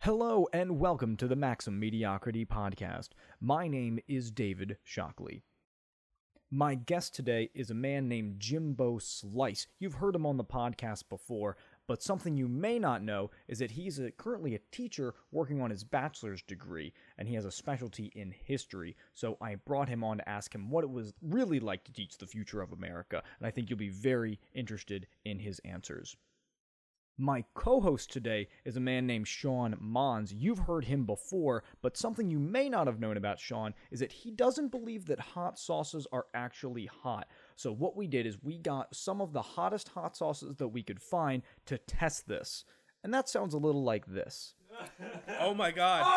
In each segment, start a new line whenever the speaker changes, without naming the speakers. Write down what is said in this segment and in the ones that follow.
Hello and welcome to the Maxim Mediocrity Podcast. My name is David Shockley. My guest today is a man named Jimbo Slice. You've heard him on the podcast before, but something you may not know is that he's a, currently a teacher working on his bachelor's degree, and he has a specialty in history. So I brought him on to ask him what it was really like to teach the future of America, and I think you'll be very interested in his answers. My co host today is a man named Sean Mons. You've heard him before, but something you may not have known about Sean is that he doesn't believe that hot sauces are actually hot. So, what we did is we got some of the hottest hot sauces that we could find to test this. And that sounds a little like this.
Oh my god.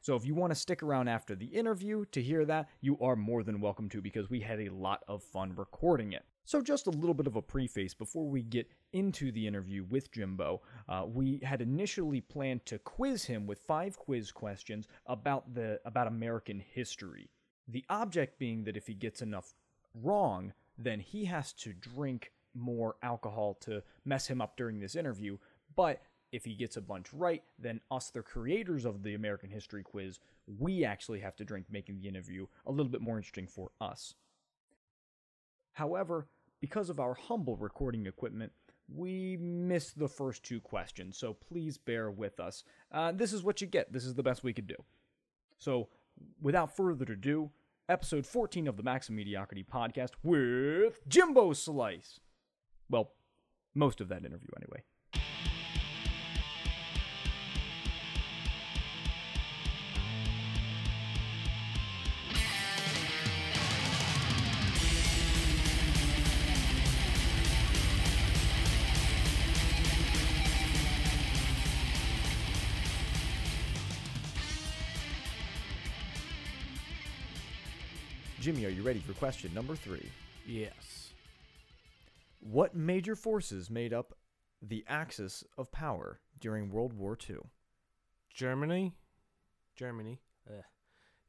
So, if you want to stick around after the interview to hear that, you are more than welcome to because we had a lot of fun recording it. So, just a little bit of a preface before we get into the interview with Jimbo. Uh, we had initially planned to quiz him with five quiz questions about the about American history. The object being that if he gets enough wrong, then he has to drink more alcohol to mess him up during this interview. But if he gets a bunch right, then us, the creators of the American History Quiz, we actually have to drink, making the interview a little bit more interesting for us. However, because of our humble recording equipment, we missed the first two questions, so please bear with us. Uh, this is what you get. This is the best we could do. So, without further ado, episode 14 of the Maxim Mediocrity podcast with Jimbo Slice. Well, most of that interview, anyway.
Jimmy, are you ready for question number three?
Yes.
What major forces made up the axis of power during World War II?
Germany? Germany. Ugh.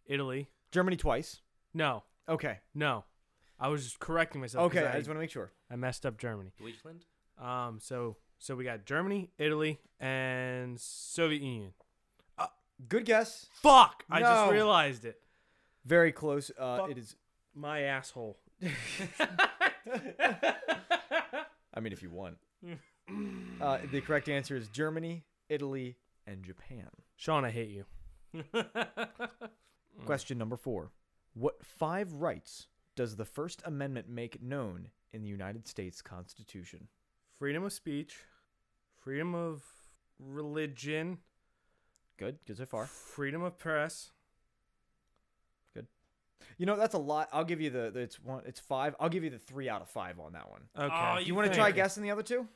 Italy?
Germany twice.
No.
Okay.
No. I was just correcting myself. 'cause
Okay. I,
I,
just want to make sure.
I messed up Germany.
Deutschland?
Um so so we got Germany, Italy, and Soviet Union.
Good guess.
Fuck! I
No.
just realized it.
Very close. Uh,
Fuck.
it is.
My asshole.
I mean, if you want. uh, the correct answer is Germany, Italy, and Japan.
Sean, I hate you.
Question number four. What five rights does the First Amendment make known in the United States Constitution?
Freedom of speech, freedom of religion,
Good. Good so far.
freedom of press.
You know, that's a lot. I'll give you the, the it's one it's five. I'll give you the three out of five on that one.
Okay.
Oh,
You want to
Thank
try
you.
guessing the other two?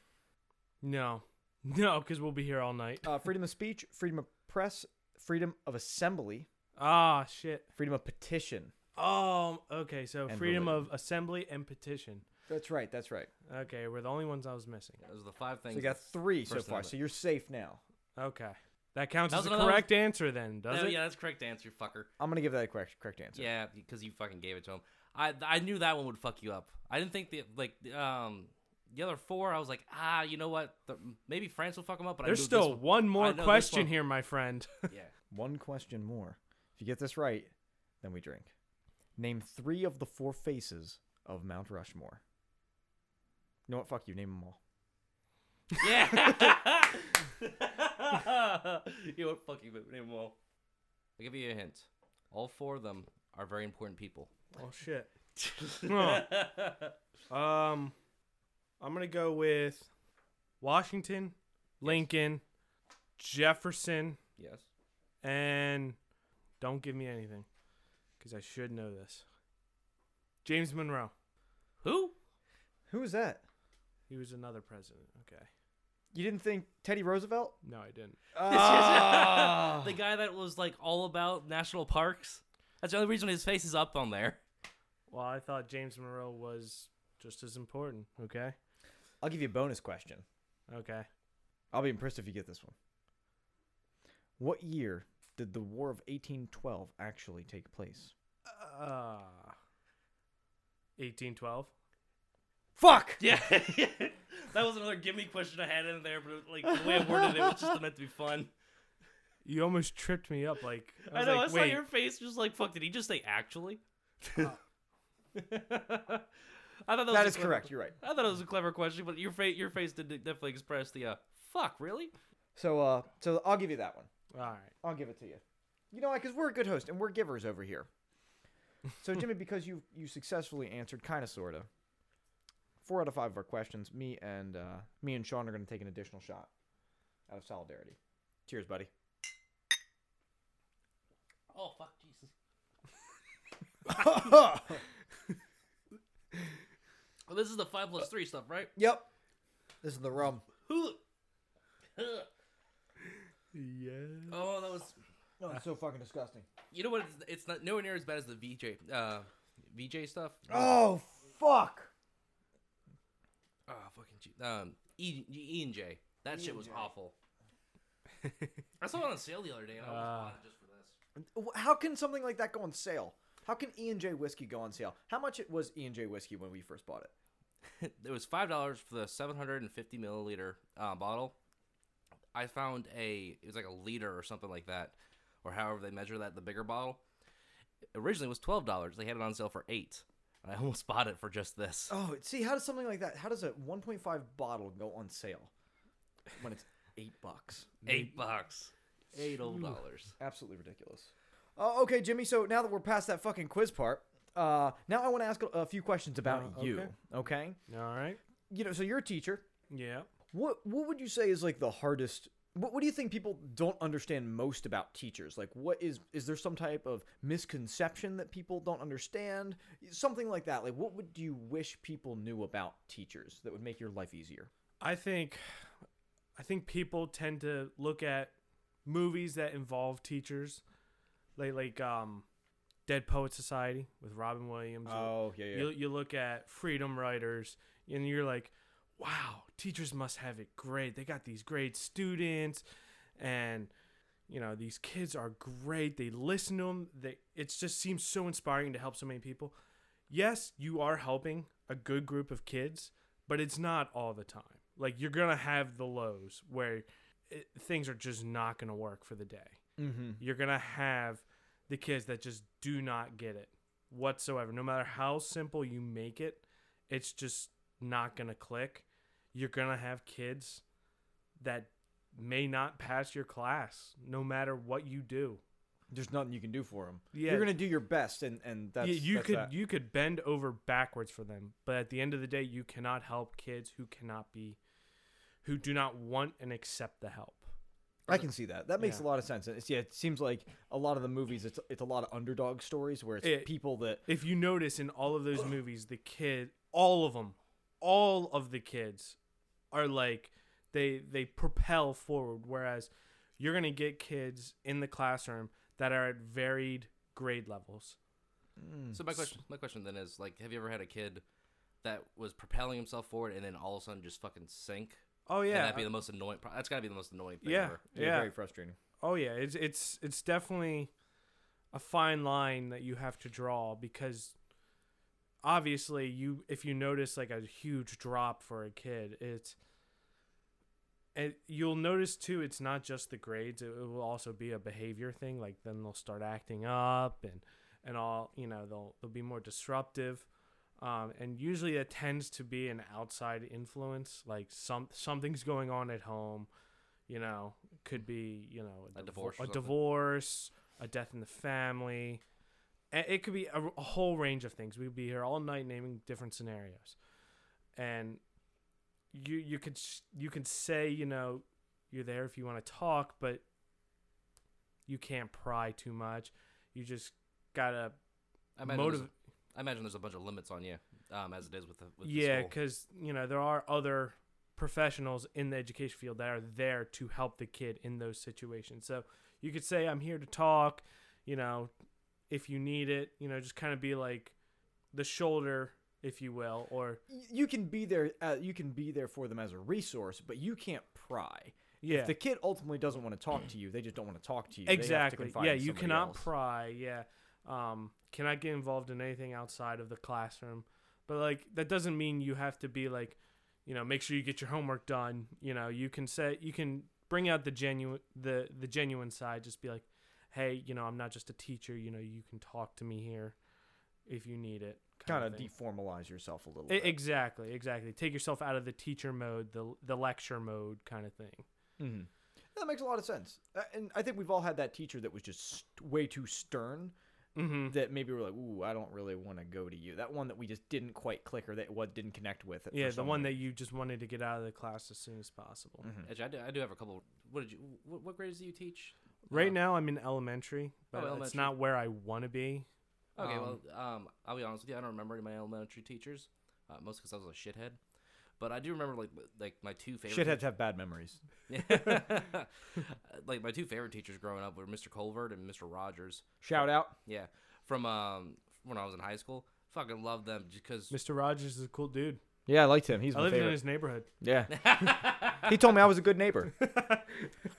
No. No, because we'll be here all night.
Uh, freedom of speech, freedom of press, freedom of assembly,
Ah, shit.
freedom of petition.
Oh, okay. So
And
freedom
religion.
of assembly and petition.
That's right. That's right.
Okay, we're the only ones I was missing.
Those are the five
So
things.
you got three so
First
far.
Amendment.
So you're safe now.
Okay, that counts
That
as a
was another-
correct answer then, does
No,
it?
yeah, that's correct answer, you fucker.
I'm gonna give that a correct correct answer.
Yeah, because you fucking gave it to him. I I knew that one would fuck you up. I didn't think the like the, um the other four. I was like, ah, you know what? The, maybe France will fuck him up. But I
There's
knew this
still
one-
one
I
more
know this
question
one-
here, my friend.
Yeah.
One question more. If you get this right, then we drink. Name three of the four faces of Mount Rushmore. You know what? Fuck you. Name them all.
Yeah. you won't fucking with him well. I'll give you a hint. All four of them are very important people.
oh shit. Huh. Um, I'm gonna go with Washington, Lincoln, Jefferson,
Yes.
and don't give me anything, because I should know this. James Monroe.
Who?
Who is that?
He was another president. Okay.
You didn't think Teddy Roosevelt?
No, I didn't.
Uh, Ah.
The guy that was like all about national parks. That's the only reason his face is up on there.
Well, I thought James Monroe was just as important. Okay.
I'll give you a bonus question.
Okay.
I'll be impressed if you get this one. What year did the War of 1812 actually take place?
Uh, 1812.
Fuck!
Yeah. That was another gimme question I had in there, but like the way I worded it was just meant to be fun.
You almost tripped me up. Like I
I
was
know.
like,
I saw
wait,
your face, just like, fuck. Did he just say actually? I thought that, was
That
a
is
clever-
correct. You're right.
I thought it was a clever question, but your face, your face did definitely express the uh, fuck. Really?
So, uh, so I'll give you that one.
all right.
I'll give it to you. You know, like, because we're a good host and we're givers over here. So, Jimmy, because you you successfully answered kind of sort of four out of five of our questions, me and uh, me and Sean are going to take an additional shot out of solidarity. Cheers, buddy.
Oh fuck, Jesus. Well, this is the five plus three stuff, right?
Yep. This is the rum.
Who? Ugh.
Yeah.
oh, that was.
Oh, it's so fucking disgusting.
You know what? It's, it's not nowhere near as bad as the VJ, uh, VJ stuff.
Oh fuck.
Oh, fucking G- um, E, e and J. That shit was awful. I saw it on sale the other day, and I
Ah.
was uh, just for this.
How can something like that go on sale? How can E and J whiskey go on sale? How much it was E and J whiskey when we first bought it?
it was five dollars for the 750 milliliter uh, bottle. I found a it was like a liter or something like that, or however they measure that. The bigger bottle originally was twelve dollars. They had it on sale for eight, and I almost bought it for just this.
Oh, see, how does something like that? How does a 1.5 bottle go on sale when it's eight bucks?
Eight bucks, eight old dollars.
Absolutely ridiculous. Oh, okay, Jimmy. So now that we're past that fucking quiz part, uh, now I want to ask a, a few questions about
Uh,
you.
okay.
Okay.
All right.
You know, so you're a teacher.
Yeah.
What What would you say is like the hardest? What, what do you think people don't understand most about teachers? Like, what is is there some type of misconception that people don't understand? Something like that. Like, what would you wish people knew about teachers that would make your life easier?
I think I think people tend to look at movies that involve teachers, like like um, Dead Poet Society with Robin Williams. or
Oh, yeah,
You you look at Freedom Riders, and you're like, wow, teachers must have it great. They got these great students, and you know these kids are great. They listen to them. They it just seems so inspiring to help so many people. Yes, you are helping a good group of kids, but it's not all the time. Like you're gonna have the lows where it, things are just not gonna work for the day
Mm-hmm.
you're gonna have the kids that just do not get it whatsoever no matter how simple you make it it's just not gonna click you're gonna have kids that may not pass your class no matter what you do
There's nothing you can do for them.
Yeah.
You're gonna do your best, and and that's
you, you
that's
could
that.
you could bend over backwards for them but at the end of the day you cannot help kids who cannot be who do not want and accept the help
I can see that. That makes
Yeah.
a lot of sense. And It's, yeah, it seems like a lot of the movies, it's it's a lot of underdog stories where it's
It-
people that
if you notice in all of those movies, the kid, all of them, all of the kids are like they they propel forward whereas you're going to get kids in the classroom that are at varied grade levels.
So my question, my question then is like, have you ever had a kid that was propelling himself forward and then all of a sudden just fucking sink?
Oh
and
yeah.
that'd be the most annoying. pro- That's gotta be the most annoying thing
yeah.
ever.
are
Yeah.
very frustrating.
Oh yeah, it's it's it's definitely a fine line that you have to draw because obviously you if you notice like a huge drop for a kid, it's and you'll notice too it's not just the grades, it, it will also be a behavior thing like then they'll start acting up and and all, you know, they'll they'll be more disruptive. Um, and usually it tends to be an outside influence, like some something's going on at home, you know, could be you know
A
divor-
divorce or
a
something.
divorce, a death in the family. A- It could be a, a whole range of things. We'd be here all night naming different scenarios, and you you could s- you can say you know you're there if you want to talk, but you can't pry too much. You just gotta
I imagine, there's
Motiv-
a- I imagine there's a bunch of limits on you, um, as it is with the with
yeah
The school.
because you know there are other professionals in the education field that are there to help the kid in those situations so you could say i'm here to talk you know if you need it you know just kind of be like the shoulder if you will or
Y- You can be there. Uh, you can be there for them as a resource, but you can't pry.
yeah
If the kid ultimately doesn't want to talk to you, they just don't want to talk to you. They have to
exactly
confide
yeah
in
you
somebody
cannot
else.
pry yeah um cannot get involved in anything outside of the classroom but like that doesn't mean you have to be like you you know, make sure you get your homework done. You know, you can say you can bring out the genuine the the genuine side. Just be like, hey, you know, I'm not just a teacher. You know, you can talk to me here if you need it.
Kind
of
of
thing.
deformalize yourself a little
E-
bit.
Exactly, exactly. Take yourself out of the teacher mode, the the lecture mode kind of thing.
Mm-hmm. That makes a lot of sense. Uh, And I think we've all had that teacher that was just st- way too stern
Mm-hmm.
that maybe we're like, ooh, I don't really want to go to you. That one that we just didn't quite click or that what didn't connect with. It
Yeah, the one that you just wanted to get out of the class as soon as possible.
Actually, I do, I do have a couple. What did you? What, what grades do you teach?
Right
Uh,
now, I'm in elementary, but it's
elementary.
not where I want to be.
Okay,
Um,
well, um, I'll be honest with you. I don't remember any of my elementary teachers, uh, mostly because I was a shithead. But I do remember like like my two favorite.
shitheads have bad memories.
Yeah. like my two favorite teachers growing up were Mr. Colvert and Mr. Rogers.
Shout out.
Yeah, from um when I was in high school. Fucking love them because
Mr. Rogers is a cool dude.
Yeah, I liked him. He's
I
my
lived in
favorite.
his neighborhood.
Yeah. he told me I was a good neighbor.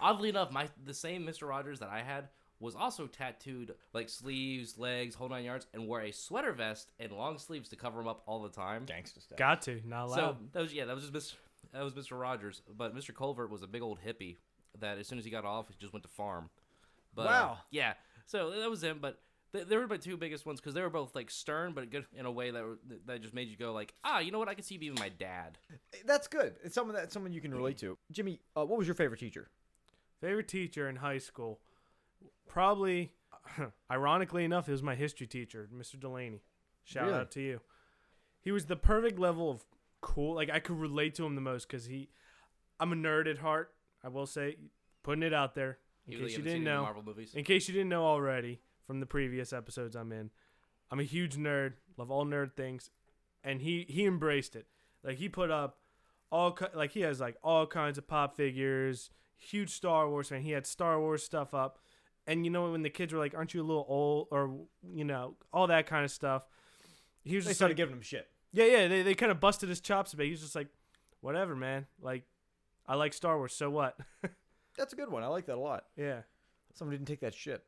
oddly enough, my the same Mr. Rogers that I had was also tattooed like sleeves, legs, whole nine yards, and wore a sweater vest and long sleeves to cover him up all the time.
Gangsta stuff.
Got to, not
So
allowed.
that was yeah, that was just Mr. That was Mr. Rogers, but Mr. Culvert was a big old hippie that as soon as he got off, he just went to farm. But, uh,
Wow.
yeah. So that was him, but th- they were my two biggest ones because they were both like stern, but good in a way that were, that just made you go like, ah, you know what? I could see you being my dad.
That's good. It's someone that someone you can relate to. Jimmy, uh, what was your favorite teacher?
favorite teacher in high school, probably, ironically enough, it was my history teacher, Mr. Delaney. Shout
Really?
out to you. He was the perfect level of cool. Like I could relate to him the most because he, I'm a nerd at heart. I will say, putting it out there in
Even though
case you
haven't seen
didn't
any
know.
Marvel movies.
In case you didn't know already from the previous episodes I'm in, I'm a huge nerd. Love all nerd things, and he he embraced it. Like he put up all ki- like he has like all kinds of pop figures. Huge Star Wars fan. He had Star Wars stuff up, and you know when the kids were like, "Aren't you a little old?" or you know all that kind of stuff. He was
They
just
started
like,
giving him shit.
yeah, yeah. They they kind of busted his chops a bit. He was just like, "Whatever, man. Like, I like Star Wars. So what?"
That's a good one. I like that a lot.
yeah.
Someone didn't take that shit.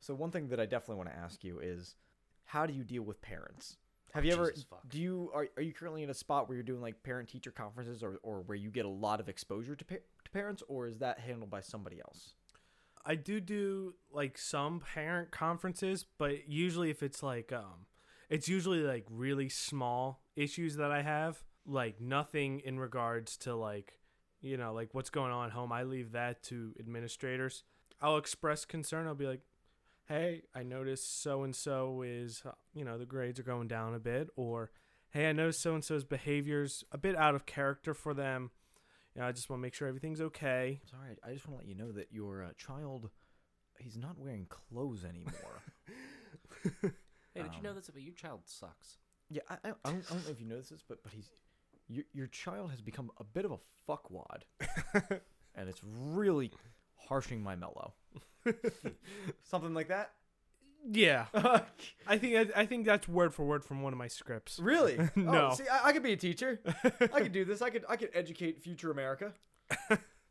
So one thing that I definitely want to ask you is, how do you deal with parents? Have you ever
Jesus, fuck.
do you are, are you currently in a spot where you're doing like parent teacher conferences or, or where you get a lot of exposure to, pa- to parents or is that handled by somebody else?
I do do like some parent conferences, but usually if it's like um it's usually like really small issues that I have, like nothing in regards to like you know, like what's going on at home. I leave that to administrators. I'll express concern. I'll be like, "Hey, I noticed so and so is, uh, you know, the grades are going down a bit," or "Hey, I noticed so and so's behaviors a bit out of character for them. You know, I just want to make sure everything's okay."
It's all right. I just want to let you know that your uh, child he's not wearing clothes anymore.
hey, did you know
um,
this? But your child sucks.
yeah, I, I, I, don't, I don't know if you noticed this, but but he's your your child has become a bit of a fuckwad, and it's really harshing my mellow. Something like that.
Yeah. I think I, I think that's word for word from one of my scripts.
Really?
No.
Oh, see, I, I could be a teacher. I could do this. I could I could educate future America.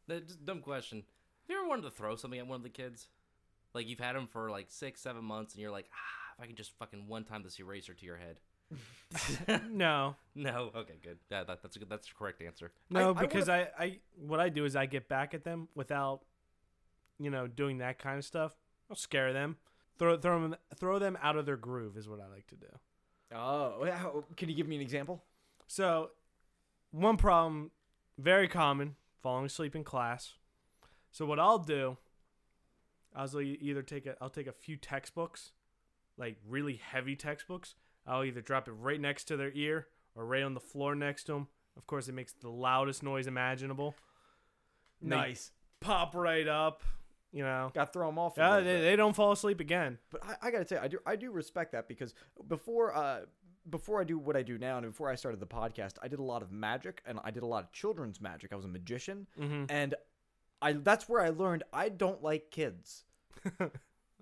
That, just dumb question. Have you ever wanted to throw something at one of the kids? Like you've had him for like six, seven months, and you're like, ah, if I can just fucking one time this eraser to your head.
No,
No. Okay. Good. That, that, that's a good. That's the correct answer.
no,
I would've-
because I, I what I do is I get back at them without, you know, doing that kind of stuff. I'll scare them, throw throw them throw them out of their groove is what I like to do.
Oh, yeah, how- can you give me an example?
So, one problem, very common, falling asleep in class. So what I'll do, I'll e- either take a, I'll take a few textbooks, like really heavy textbooks. I'll either drop it right next to their ear or right on the floor next to them. Of course, it makes the loudest noise imaginable. And they pop right up, you know.
Got to throw him off. a
Yeah,
little
they,
bit.
they don't fall asleep again.
But I, I gotta say, I do I do respect that because before uh before I do what I do now and before I started the podcast, I did a lot of magic and I did a lot of children's magic. I was a magician,
Mm-hmm.
and I that's where I learned I don't like kids.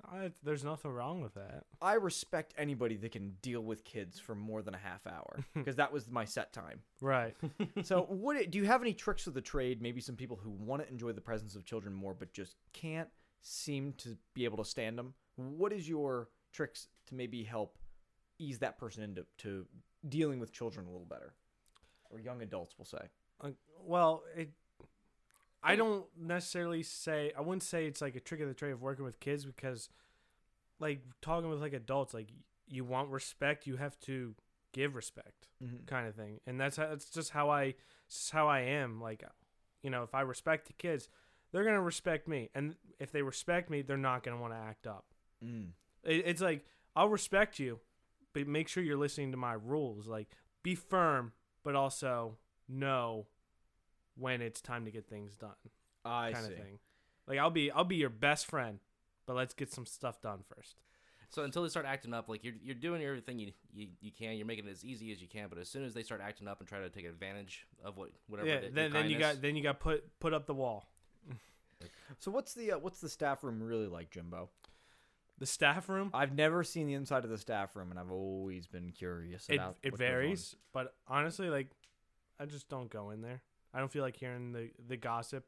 I, there's nothing wrong with that.
I respect anybody that can deal with kids for more than a half hour because that was my set time.
Right.
So, what do you have any tricks of the trade? Maybe some people who want to enjoy the presence of children more but just can't seem to be able to stand them. What is your tricks to maybe help ease that person into to dealing with children a little better, or young adults, we'll say?
like, well, it. I don't necessarily say I wouldn't say it's like a trick of the trade of working with kids because, like talking with like adults, like you want respect, you have to give respect,
Mhm.
kind of thing, and that's how, that's just how I, just how I am. Like, you know, if I respect the kids, they're gonna respect me, and if they respect me, they're not gonna want to act up.
Mm.
It, it's like I'll respect you, but make sure you're listening to my rules. Like be firm, but also know when it's time to get things done,
I
kind
see.
of thing. Like I'll be I'll be your best friend, but let's get some stuff done first.
So until they start acting up, like you're you're doing everything you, you you can, you're making it as easy as you can. But as soon as they start acting up and try to take advantage of what whatever,
yeah.
it- your
Then, then you
kindness-
got then you got put put up the wall.
So what's the uh, what's the staff room really like, Jimbo?
The staff room
I've never seen the inside of the staff room, and I've always been curious
it
about.
it
what goes on.
varies, but honestly, like I just don't go in there. I don't feel like hearing the the gossip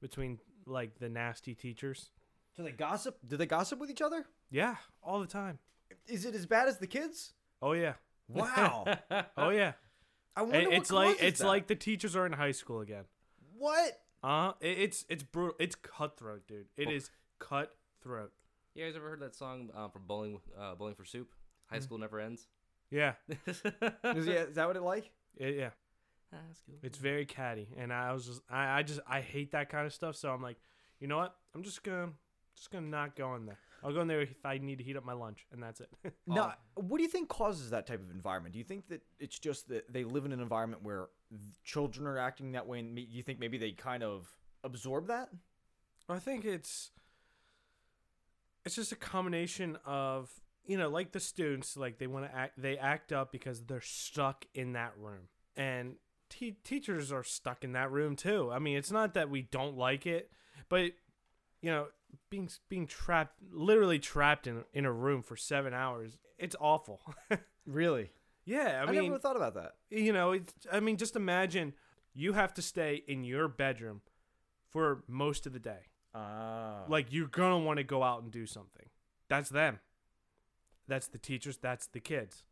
between like the nasty teachers.
Do they gossip? Do they gossip with each other?
Yeah, all the time.
Is it as bad as the kids?
Oh yeah.
Wow.
Oh yeah.
I wonder
It-
what
it's like
causes
it's
that.
like the teachers are in high school again.
what?
Uh it, it's it's brutal. It's cutthroat, dude. It is cutthroat.
You guys ever heard that song um, from Bowling uh, Bowling for Soup?
Mm.
High school never ends.
Yeah.
Is, yeah, is that what it like?
It- yeah.
High school.
It's very catty, and I was just I, I just I hate that kind of stuff. So I'm like, you know what? I'm just gonna just gonna not go in there. I'll go in there if I need to heat up my lunch, and that's it.
Now,
Oh.
what do you think causes that type of environment? Do you think that it's just that they live in an environment where th- children are acting that way, and ma- you think maybe they kind of absorb that?
I think it's it's just a combination of you know like the students like they want to act they act up because they're stuck in that room and te- teachers are stuck in that room too. I mean, it's not that we don't like it, but you know, being being trapped literally trapped in in a room for 7 hours, it's awful.
Really?
yeah,
I,
I mean
never thought about that.
you know, it's, I mean, just imagine you have to stay in your bedroom for most of the day.
Ah.
Like you're gonna want to go out and do something. That's them. That's the teachers. That's the kids.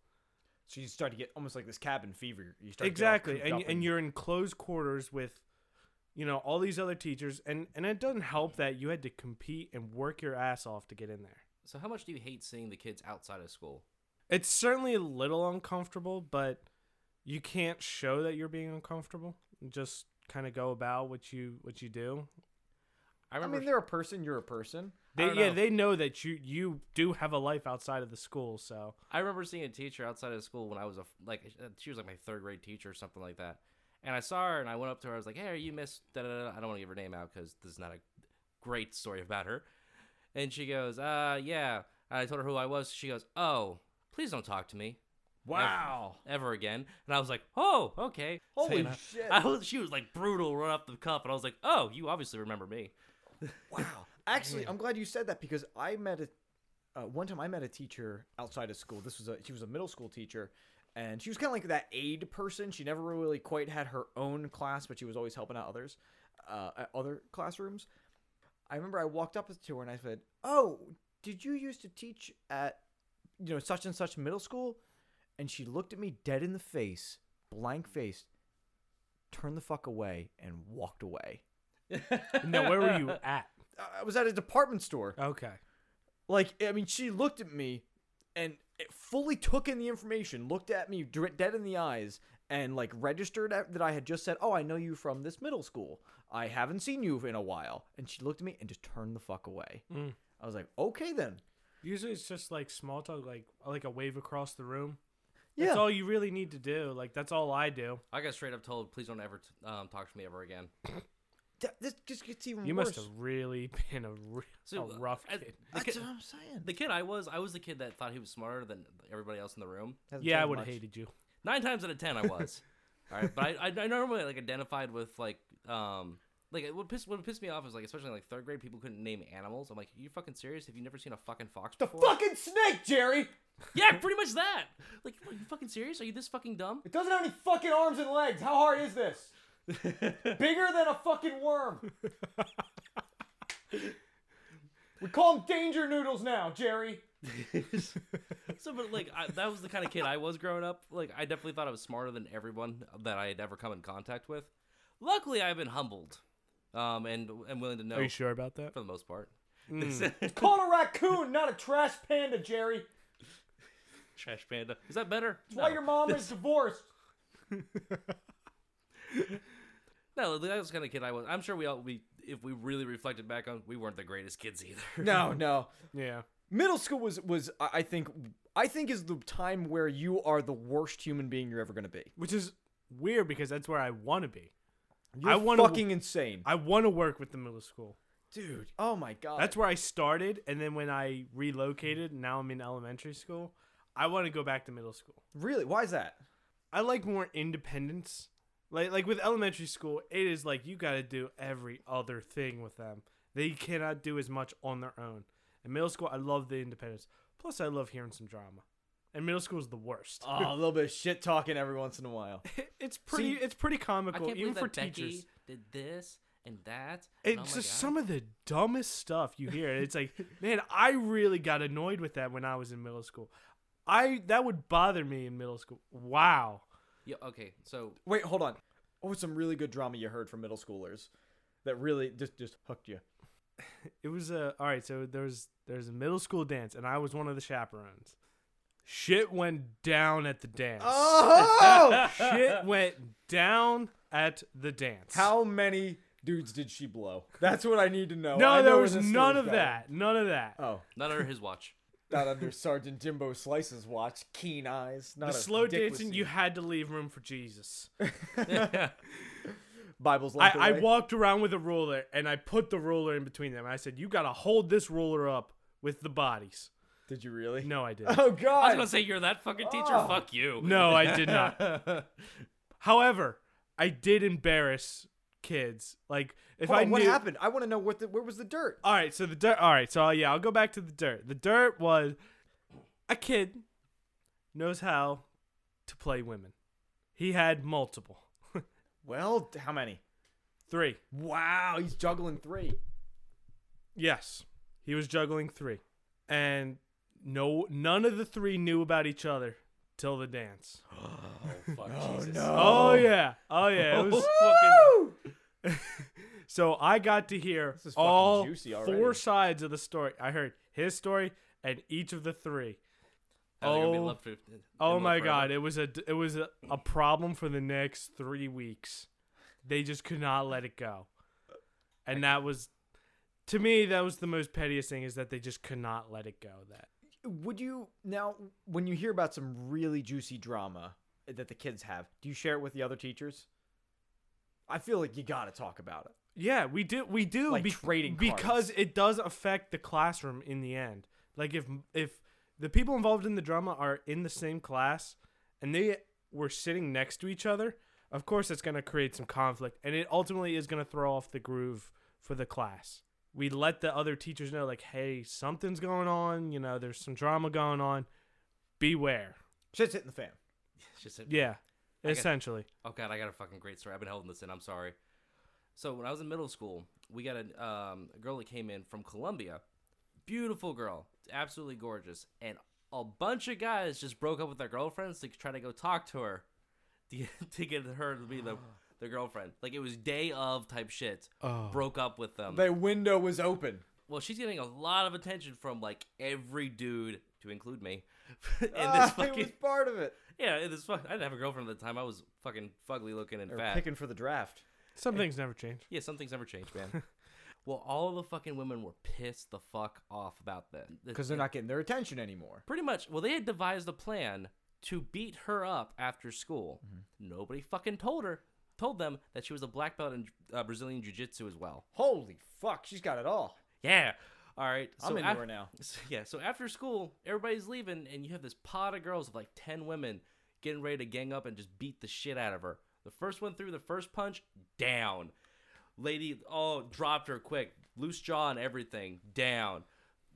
so you start to get almost like this cabin fever. You start to get all
Exactly.
cooped
And
up
and you're in close quarters with, you know, all these other teachers, and and it doesn't help that you had to compete and work your ass off to get in there.
So how much do you hate seeing the kids outside of school?
It's certainly a little uncomfortable, but you can't show that you're being uncomfortable. Just kind of go about what you what you do.
I
I
remember.
mean, they're a person. You're a person.
I
They
don't
yeah,
know.
they know that you you do have a life outside of the school, so
I remember seeing a teacher outside of school when I was a like uh, she was like my third grade teacher or something like that, and I saw her and I went up to her. I was like, "Hey, are you Miss?" Da, da, da, da. I don't want to give her name out because this is not a great story about her. And she goes, "Uh, yeah." And I told her who I was. She goes, "Oh, please don't talk to me
Wow.
ever again." And I was like, "Oh, okay."
Holy
And I-
shit.
I was, she was like brutal, right off the cuff, and I was like, "Oh, you obviously remember me."
Wow. Actually, I'm glad you said that because I met a uh, one time I met a teacher outside of school. This was a she was a middle school teacher, and she was kind of like that aid person. She never really quite had her own class, but she was always helping out others, uh, at other classrooms. I remember I walked up to her and I said, "Oh, did you used to teach at you know such and such middle school?" And she looked at me dead in the face, blank faced, turned the fuck away, and walked away.
no, where were you at?
I- I was at a department store.
Okay.
Like, I mean, she looked at me and it fully took in the information, looked at me dr- dead in the eyes, and like registered at- that I had just said, Oh, I know you from this middle school. I haven't seen you in a while. And she looked at me and just turned the fuck away.
Mm.
I was like, Okay, then.
Usually it's just like small talk, like like a wave across the room.
Yeah.
That's all you really need to do. Like that's all I do.
I got straight up told, "Please don't ever t- um, talk to me ever again."
Th- this just gets even
You
worse.
must have really been a, re-
So,
a
uh,
rough
I-
kid.
the
That's
kid-
what I'm saying.
The kid I was, I was the kid that thought he was smarter than everybody else in the room.
Hasn't
Yeah, I
changed
would have
much.
hated you.
Nine times out of ten, I was. All right, but I, I, I normally like identified with like um like what pissed what pissed me off is like especially in, like third grade people couldn't name animals. I'm like, you fucking serious? Have you never seen a fucking fox
The
before?
fucking snake, Jerry!
Yeah, pretty much that. Like, what, you fucking serious? Are you this fucking dumb?
It doesn't have any fucking arms and legs. How hard is this? Bigger than a fucking worm. we call them danger noodles now, Jerry.
So, but like I, that was the kind of kid I was growing up. Like, I definitely thought I was smarter than everyone that I had ever come in contact with. Luckily, I've been humbled, um, and am willing to know
Are you sure about that?
for the most part.
Hmm.
Call a raccoon, not a trash panda, Jerry.
Trash Panda. Is that better?
Why your mom is divorced?
No, that was the kind of kid I was. I'm sure we all we if we really reflected back on, we weren't the greatest kids either.
No, no.
Yeah.
Middle school was was I I think I think is the time where you are the worst human being you're ever gonna be.
Which is weird because that's where I want to be.
You're
I wanna-
fucking insane,
I want to work with the middle school.
dude. Oh my god.
That's where I started, and then when I relocated, now I'm in elementary school. I want to go back to middle school.
really why is that?
I like more independence. Like like with elementary school, it is like you got to do every other thing with them. They cannot do as much on their own. In middle school, I love the independence. Plus, I love hearing some drama. And middle school is the worst.
Oh, a little bit of shit talking every once in a while.
it's pretty. it's pretty
I
comical,
can't
even
believe
for
that Becky
teachers.
did this and that. and oh
It's
my
just
God.
some of the dumbest stuff you hear. It's like, man, I really got annoyed with that when I was in middle school. I that would bother me in middle school. Wow.
Yeah, okay, so
Wait, hold on. Oh, what's some really good drama you heard from middle schoolers that really just just hooked you.
It was a all right. So there was there's a middle school dance, and I was one of the chaperones. Shit went down at the dance.
Oh!
Shit went down at the dance.
How many dudes did she blow? That's what I need to know. I
No,
know
there
where
was
this
none
story's
of
going.
that. None of that.
Oh,
not under his watch.
not under Sergeant Jimbo Slice's watch. Keen eyes. Not a
the slow
dick was
dancing,
seen.
you had to leave room for Jesus.
Bible's
I,
length
I
away.
walked around with a ruler and I put the ruler in between them. I said, "You gotta hold this ruler up with the bodies."
Did you really?
No, I didn't.
Oh
I was
God.
gonna say you're that fucking teacher.
Oh.
Fuck you.
No, I did not. However, I did embarrass kids. Like if
Hold
I
on, what
knew-
happened? I want to know what the where was the dirt?
All right, so the dirt. All right, so yeah, I'll go back to the dirt. The dirt was a kid knows how to play women. He had multiple,
Well, d- how many?
three.
Wow, he's juggling three.
Yes, he was juggling three, and no, none of the three knew about each other till the dance.
Fuck Jesus.
Oh, yeah, oh yeah, it was fucking.
Woo!
So I got to hear
is fucking
all
juicy already.
four sides of the story. I heard his story and each of the three.
Now they're gonna be
Oh.
left for- and
Oh
left
my
forever.
god, it was a it was a, a problem for the next three weeks. They just could not let it go, and that was, to me, that was the most pettiest thing is that they just could not let it go. That
Would you now when you hear about some really juicy drama that the kids have, do you share it with the other teachers? I feel like you got to talk about it.
yeah, we do we do
Like trading
because it does affect the classroom in the end. Like if if the people involved in the drama are in the same class and they were sitting next to each other, of course it's going to create some conflict and it ultimately is going to throw off the groove for the class. We let the other teachers know like hey, something's going on, you know, there's some drama going on. Beware.
Shit's hitting the fan.
It's just-
Yeah.
guess-
Essentially.
Oh god, I got a fucking great story. I've been holding this in. I'm sorry. So when I was in middle school, we got a, um, a girl that came in from Colombia. Beautiful girl, absolutely gorgeous, and a bunch of guys just broke up with their girlfriends to try to go talk to her, to get, to get her to be the the girlfriend. Like it was day of type shit.
Oh.
Broke up with them.
The window was open.
well, she's getting a lot of attention from like every dude, to include me, in this
Ah, it was
fucking
part of it.
yeah. In this fuck, I didn't have a girlfriend at the time. I was fucking fugly looking and
Or
fat.
picking for the draft.
Some things never change.
Yeah, some things never change, man. well, all the fucking women were pissed the fuck off about this.
Because they're not getting their attention anymore.
Pretty much, well, they had devised a plan to beat her up after school. Nobody fucking told her, told them that she was a black belt in uh, Brazilian Jiu Jitsu as well.
Holy fuck, she's got it all.
Yeah. All right. So
I'm into
af-
her now.
so- yeah. So after school, everybody's leaving, and you have this pod of girls of like 10 women getting ready to gang up and just beat the shit out of her. The first one through the first punch, down. Lady, oh, dropped her quick. Loose jaw and everything, down.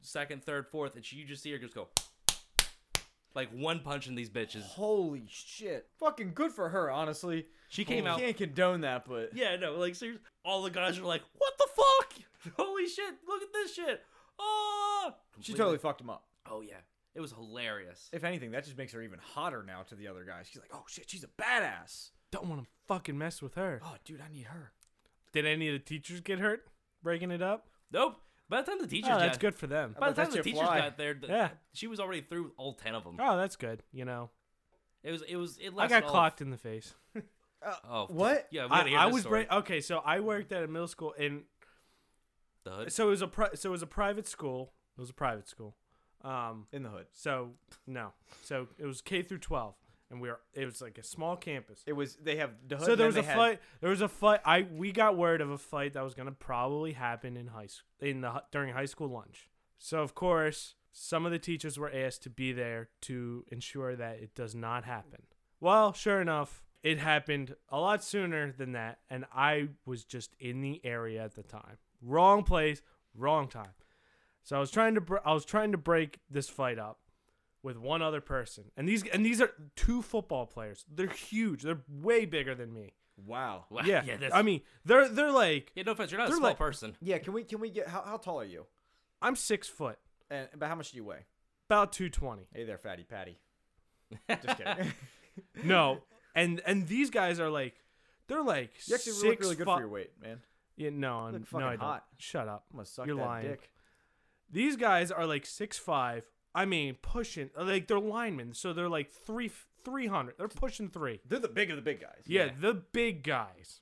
Second, third, fourth, and she, you just see her just go like one punch in these bitches.
Holy shit. Fucking good for her, honestly.
She came out.
can't condone that, but
Yeah, no, like seriously, all the guys are like, "What the fuck? Holy shit! Look at this shit!" Oh,
she
Completely-
totally fucked him up.
Oh yeah, it was hilarious.
If anything, that just makes her even hotter now to the other guys. She's like, oh shit, she's a badass.
Don't want to fucking mess with her.
Oh, dude, I need her.
Did any of the teachers get hurt breaking it up?
Nope. By the time the teachers
Oh, that's
got,
good for them.
By the
Let
time the
your
teachers
fly.
got there, th-
Yeah.
she was already through all ten of them.
Oh, that's good. You know,
It was it was it
I
lasted
got
all of-
clocked in the face.
Oh,
What?
Yeah, we
I,
gotta hear
I
this
was
story.
bra- okay. So I worked at a middle school, and
The hood.
so it was a pri- so it was a private school. It was a private school. Um,
In the hood.
so no, so it was K through twelve, and we were it was like a small campus.
It was they have the hood.
So
and
there
then
was
they
a
had-
fight. There was a fight. I we got word of a fight that was gonna probably happen in high school in the hi- during high school lunch. So of course, some of the teachers were asked to be there to ensure that it does not happen. Well, sure enough, it happened a lot sooner than that, and I was just in the area at the time. Wrong place, wrong time. So I was trying to br- I was trying to break this fight up with one other person. And these and these are two football players. They're huge. They're way bigger than me.
Wow.
Wow,
Yeah.
yeah that's,
I mean, they're they're like
yeah, no offense, you're not a
they're
small
like-
person.
Yeah. Can we can we get how, how tall are you?
I'm 6 foot,
And but how much do you weigh?
about 220.
Hey there, fatty patty. Just kidding.
No. And and these guys are like they're like
You actually
six
look really good
fu-
for your weight, man.
Yeah, no, I'm,
look
no,
fucking
I don't.
hot.
Shut up.
I'm gonna suck
You're
that
lying.
dick.
These guys are like six five. I mean, pushing like they're linemen, so they're like three three hundred. They're pushing three.
They're the big of the big guys.
Yeah,
Yeah.
the big guys.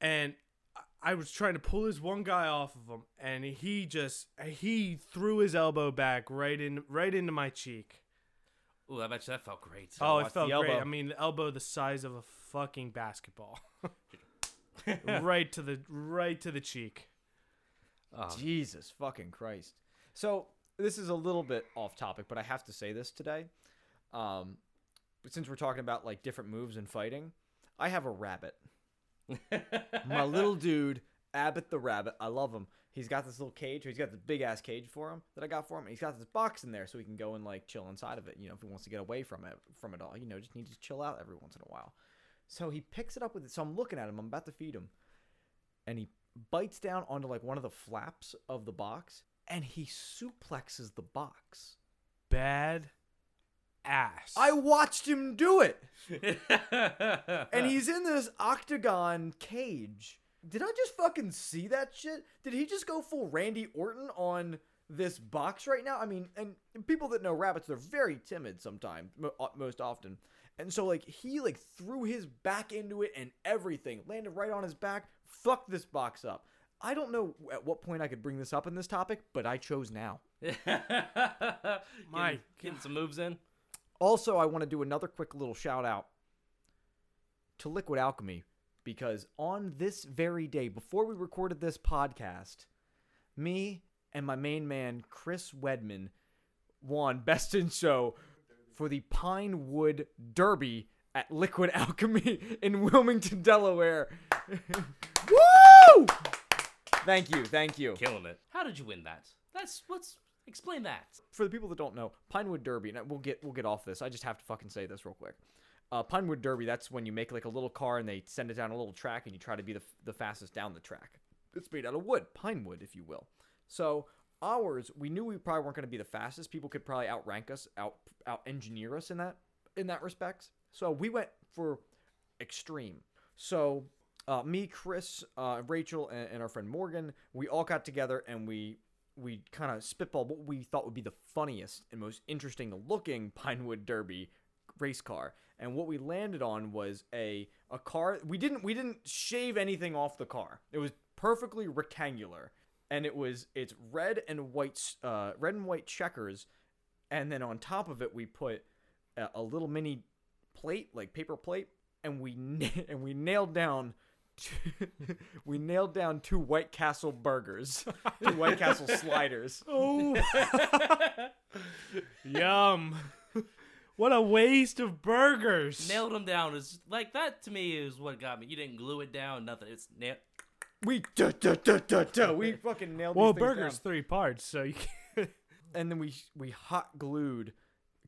And I- I was trying to pull this one guy off of him, and he just he threw his elbow back right in right into my cheek.
Ooh, I bet you that felt great.
oh,
watch
it
the
felt great.
elbow.
I mean, the elbow the size of a fucking basketball, right to the right to the cheek.
Oh,
Jesus fucking Christ. So this is a little bit off topic, but I have to say this today. Um, but since we're talking about like different moves and fighting, I have a rabbit. My little dude, Abbott the rabbit. I love him. He's got this little cage. He's got this big ass cage for him that I got for him. And he's got this box in there so he can go and like chill inside of it. You know, if he wants to get away from it, from it all, you know, just needs to chill out every once in a while. So he picks it up with it. So I'm looking at him. I'm about to feed him and he bites down onto like one of the flaps of the box and he suplexes the box.
Bad ass.
I watched him do it.
and
And he's in this octagon cage. Did I just fucking see that shit? Did he just go full Randy Orton on this box right now? I mean, and people that know rabbits, they're very timid sometimes, mo- uh, most often. And so like he like threw his back into it and everything landed right on his back. Fuck this box up. I don't know at what point I could bring this up in this topic, but I chose now.
My
getting, getting some moves in.
Also, I want to do another quick little shout out to Liquid Alchemy because on this very day, before we recorded this podcast, me and my main man, Chris Wedman, won Best in Show for the Pinewood Derby at Liquid Alchemy in Wilmington, Delaware. Woo! Thank you, thank you.
Killing it. How did you win that? That's what's explain that.
for the people that don't know, Pinewood Derby, and we'll get we'll get off this. I just have to fucking say this real quick. Uh, Pinewood Derby, that's when you make like a little car and they send it down a little track and you try to be the, f- the fastest down the track. It's made out of wood, pine wood, if you will. So ours, we knew we probably weren't going to be the fastest. People could probably outrank us, out out engineer us in that in that respects. So we went for extreme. So uh, me, Chris, uh, Rachel, and, and our friend Morgan, we all got together and we we kind of spitball what we thought would be the funniest and most interesting looking Pinewood Derby race car. And what we landed on was a a car. We didn't we didn't shave anything off the car. It was perfectly rectangular, and it was it's red and white s- uh, red and white checkers, and then on top of it we put a, a little mini plate like paper plate, and we na- and we nailed down. two- we nailed down two White Castle burgers, two White Castle sliders.
Oh. Yum. What a waste of burgers.
Nailed him down is like that to me is what got me. You didn't glue it down, nothing. It's nail.
We duh, duh, duh, duh, duh, we fucking nailed.
well,
these things
burgers
down.
three parts, so you can
and then we we hot glued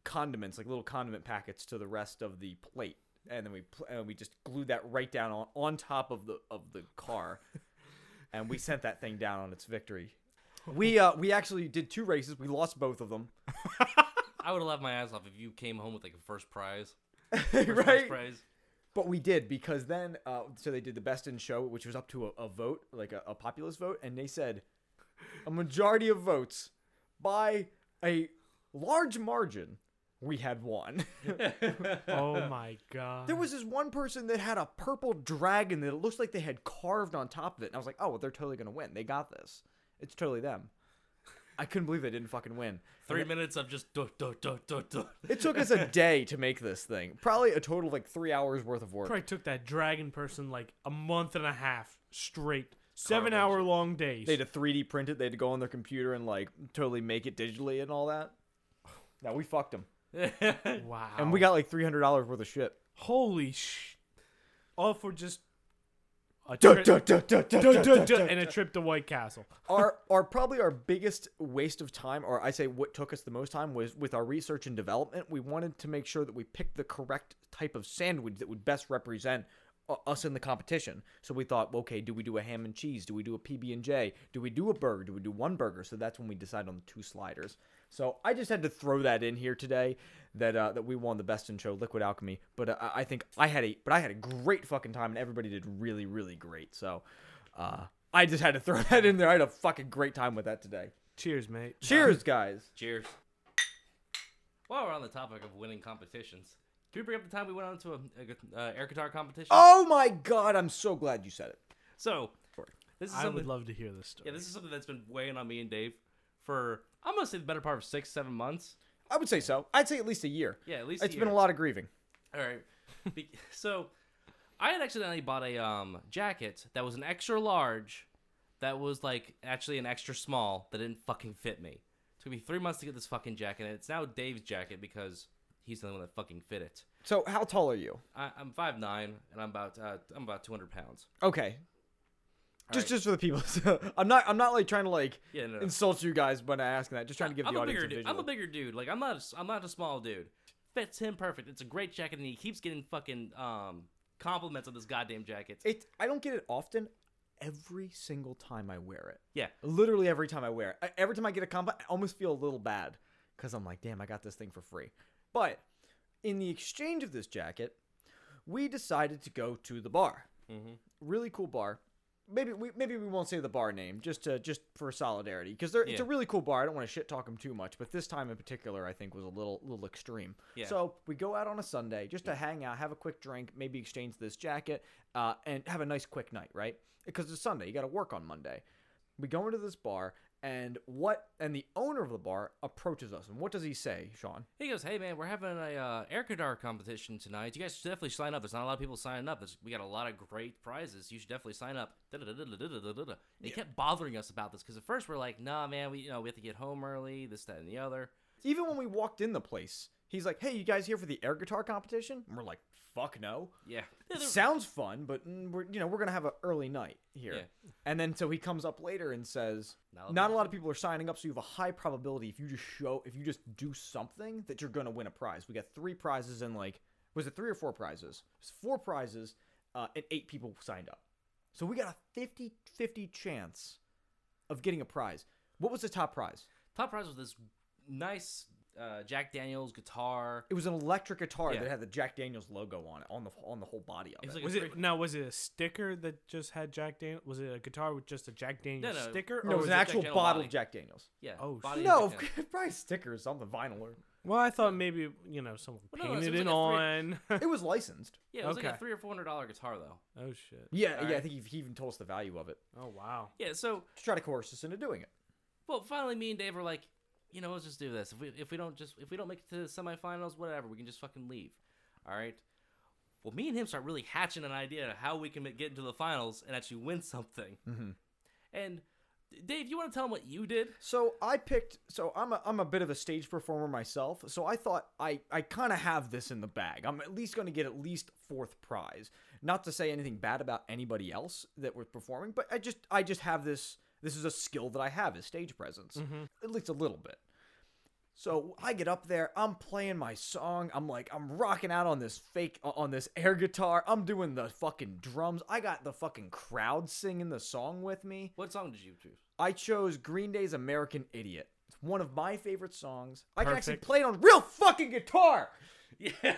condiments like little condiment packets to the rest of the plate and then we pl- and we just glued that right down on, on top of the of the car and we sent that thing down on its victory we uh we actually did two races we lost both of them
I would have laughed my ass off if you came home with like a first prize. First
right
prize.
But we did because then, uh, so they did the best in show, which was up to a, a vote, like a, a populist vote, and they said a majority of votes by a large margin, we had won.
oh my god.
there was this one person that had a purple dragon that it looks like they had carved on top of it, and I was like, oh, well, they're totally gonna win. They got this. It's totally them. I couldn't believe they didn't fucking win.
Three minutes of just duh, duh, duh, duh, duh.
It took us a day to make this thing. Probably a total of like three hours worth of work.
probably took that dragon person like a month and a half straight, seven
Carvings.
hour long days.
They had to 3D print it. They had to go on their computer and like totally make it digitally and all that. Now we fucked them,
wow.
and we got like three hundred dollars worth of shit.
holy sh, all for just a
Duh,
trip
duh, duh, duh, duh, duh, duh, duh.
and a trip to White Castle.
Our our probably our biggest waste of time, or I say what took us the most time was with our research and development. We wanted to make sure that we picked the correct type of sandwich that would best represent u- us in the competition. So we thought, okay, do we do a ham and cheese? Do we do a PB and J? Do we do a burger? Do we do one burger? So that's when we decide on the two sliders. So I just had to throw that in here today that uh, that we won the best in show Liquid Alchemy, but uh, I- I think I had a but I had a great fucking time and everybody did really really great. So uh, I just had to throw that in there. I had a fucking great time with that today.
Cheers, mate.
Cheers, guys.
Cheers. While we're on the topic of winning competitions, can we bring up the time we went on to a, a gu- uh, air guitar competition?
Oh my god, I'm so glad you said it.
So this is
I
something.
would love to hear this story.
yeah, this is something that's been weighing on me and Dave for I'm gonna say the better part of six, seven months.
I would say so. I'd say at least a year.
Yeah, at least
It's
a
been a
year.
lot of grieving.
All right. Be- so I had accidentally bought a um, jacket that was an extra large, that was like actually an extra small that didn't fucking fit me. took me three months to get this fucking jacket, and it's now Dave's jacket because he's the only one that fucking fit it.
So how tall are you?
I- I'm five nine, and I'm about uh, I'm about 200 pounds.
Okay. Just
right.
just for the people. I'm not I'm not like trying to like
Yeah, no, no.
insult you guys when I ask that. Just trying to give
I'm
the
a
audience
bigger
a
dude.
visual.
I'm a bigger dude. Like I'm not. A, s- I'm not a small dude. Fits him perfect. It's a great jacket, and he keeps getting fucking um compliments on this goddamn jacket.
It. I don't get it often. Every single time I wear it,
yeah,
literally every time I wear it, I- every time I get a combo, I almost feel a little bad because I'm like, damn, I got this thing for free. But in the exchange of this jacket, we decided to go to the bar. Really cool bar. Maybe we maybe we won't say the bar name just to, just for solidarity because it's a
Yeah.
really cool bar. I don't want to shit talk them too much, but this time in particular, I think was a little little extreme.
Yeah.
So we go out on a Sunday just to hang out, have a quick drink, maybe exchange this jacket, uh, and have a nice quick night, right? Because it's Sunday, you got to work on Monday. We go into this bar, and what? And the owner of the bar approaches us, and what does he say, Sean?
He goes, "Hey man, we're having a uh, air guitar competition tonight. You guys should definitely sign up. There's not a lot of people signing up. There's, we got a lot of great prizes. You should definitely sign up." Da-da-da-da-da-da-da-da. They kept bothering us about this because at first we're like, "Nah, man, we you know we have to get home early. This, that, and the other."
Even when we walked in the place, he's like, "Hey, you guys here for the air guitar competition?" And we're like, "Fuck no."
Yeah,
It sounds fun, but mm, we're you know we're gonna have an early night here. And then so he comes up later and says,
Not a
"Not, a lot of people are signing up, so you have a high probability if you just show if you just do something that you're gonna win a prize. We got three prizes and like was it three or four prizes? It was four prizes, uh, and eight people signed up. So we got a 50-50 chance of getting a prize. What was the top prize?
top prize was this nice uh, Jack Daniels guitar.
It was an electric guitar
Yeah.
that had the Jack Daniels logo on it on the on the whole body of
It was
it.
like
was
a
it now? Was it a sticker that just had Jack Daniel? Was it a guitar with just a Jack Daniel
no.
sticker?
No,
no, it
was
was
Oh, it
an
Jack
actual
Daniel
bottle
body?
of Jack Daniels.
Yeah.
Oh,
body of
No,
Jack
of
Daniels.
course, probably stickers on the vinyl. Or,
Well, I thought maybe you know someone
Well, no, it
painted
was
it
like
on.
it was licensed.
Yeah, it was like a
Okay.
three or four hundred dollar guitar though.
oh shit!
Yeah, yeah. I
Alright.
think he, he even told us the value of it
Oh wow!
Yeah, so
to try to coerce us into doing it.
Well, finally, me and Dave were like, you know, let's just do this. If we if we don't just if we don't make it to the semifinals, whatever, we can just fucking leave. All right. Well, me and him start really hatching an idea of how we can get into the finals and actually win something. And Dave, you want to tell him what you did?
So I picked. So I'm a, I'm a bit of a stage performer myself. So I thought I I kind of have this in the bag. I'm at least going to get at least fourth prize. Not to say anything bad about anybody else that was performing, but I just I just have this. This is a skill that I have is stage presence, at least a little bit. So I get up there, I'm playing my song, I'm like, I'm rocking out on this fake, on this air guitar, I'm doing the fucking drums, I got the fucking crowd singing the song with me.
What song did you choose?
I chose Green Day's American Idiot. It's one of my favorite songs. I can actually
Perfect.
play it on real fucking guitar.
Yeah.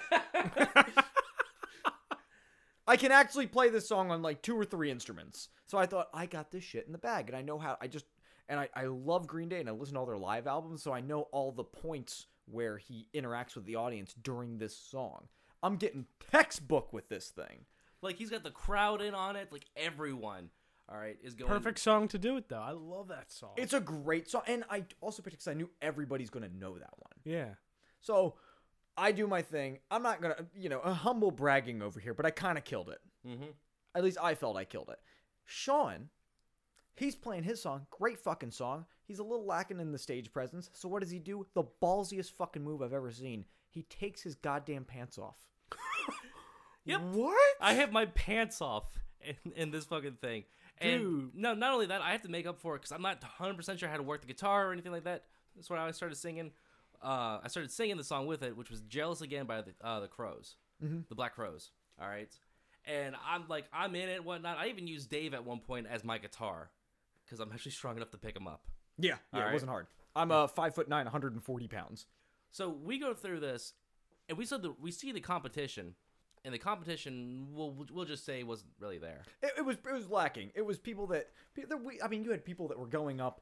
I can actually play this song on like two or three instruments. So I thought I got this shit in the bag, and I know how. I just and I, I love Green Day, and I listen to all their live albums, so I know all the points where he interacts with the audience during this song. I'm getting textbook with this thing.
Like he's got the crowd in on it. Like everyone, all right, is going
Perfect song to do it though. I love that song.
It's a great song, and I also picked because I knew everybody's gonna know that one.
yeah.
So I do my thing. I'm not gonna, you know, a humble bragging over here, but I kind of killed it.
Mhm.
At least I felt I killed it. Sean, he's playing his song. Great fucking song. He's a little lacking in the stage presence. So what does he do? The ballsiest fucking move I've ever seen. He takes his goddamn pants off.
Yep.
What?
I have my pants off in, in this fucking thing. And
Dude.
no, not only that, I have to make up for it because I'm not 100% sure how to work the guitar or anything like that. That's where I started singing. Uh, I started singing the song with it, which was "Jealous Again" by the uh, the Crows, the Black Crows. All right, and I'm like, I'm in it, and whatnot. I even used Dave at one point as my guitar because I'm actually strong enough to pick him up.
Yeah, yeah.
Alright.
It wasn't hard. I'm a five foot nine, 140 pounds.
So we go through this, and we saw the we see the competition, and the competition we'll we'll just say wasn't really there.
It, it was it was lacking. It was people that, pe- that we, I mean, you had people that were going up,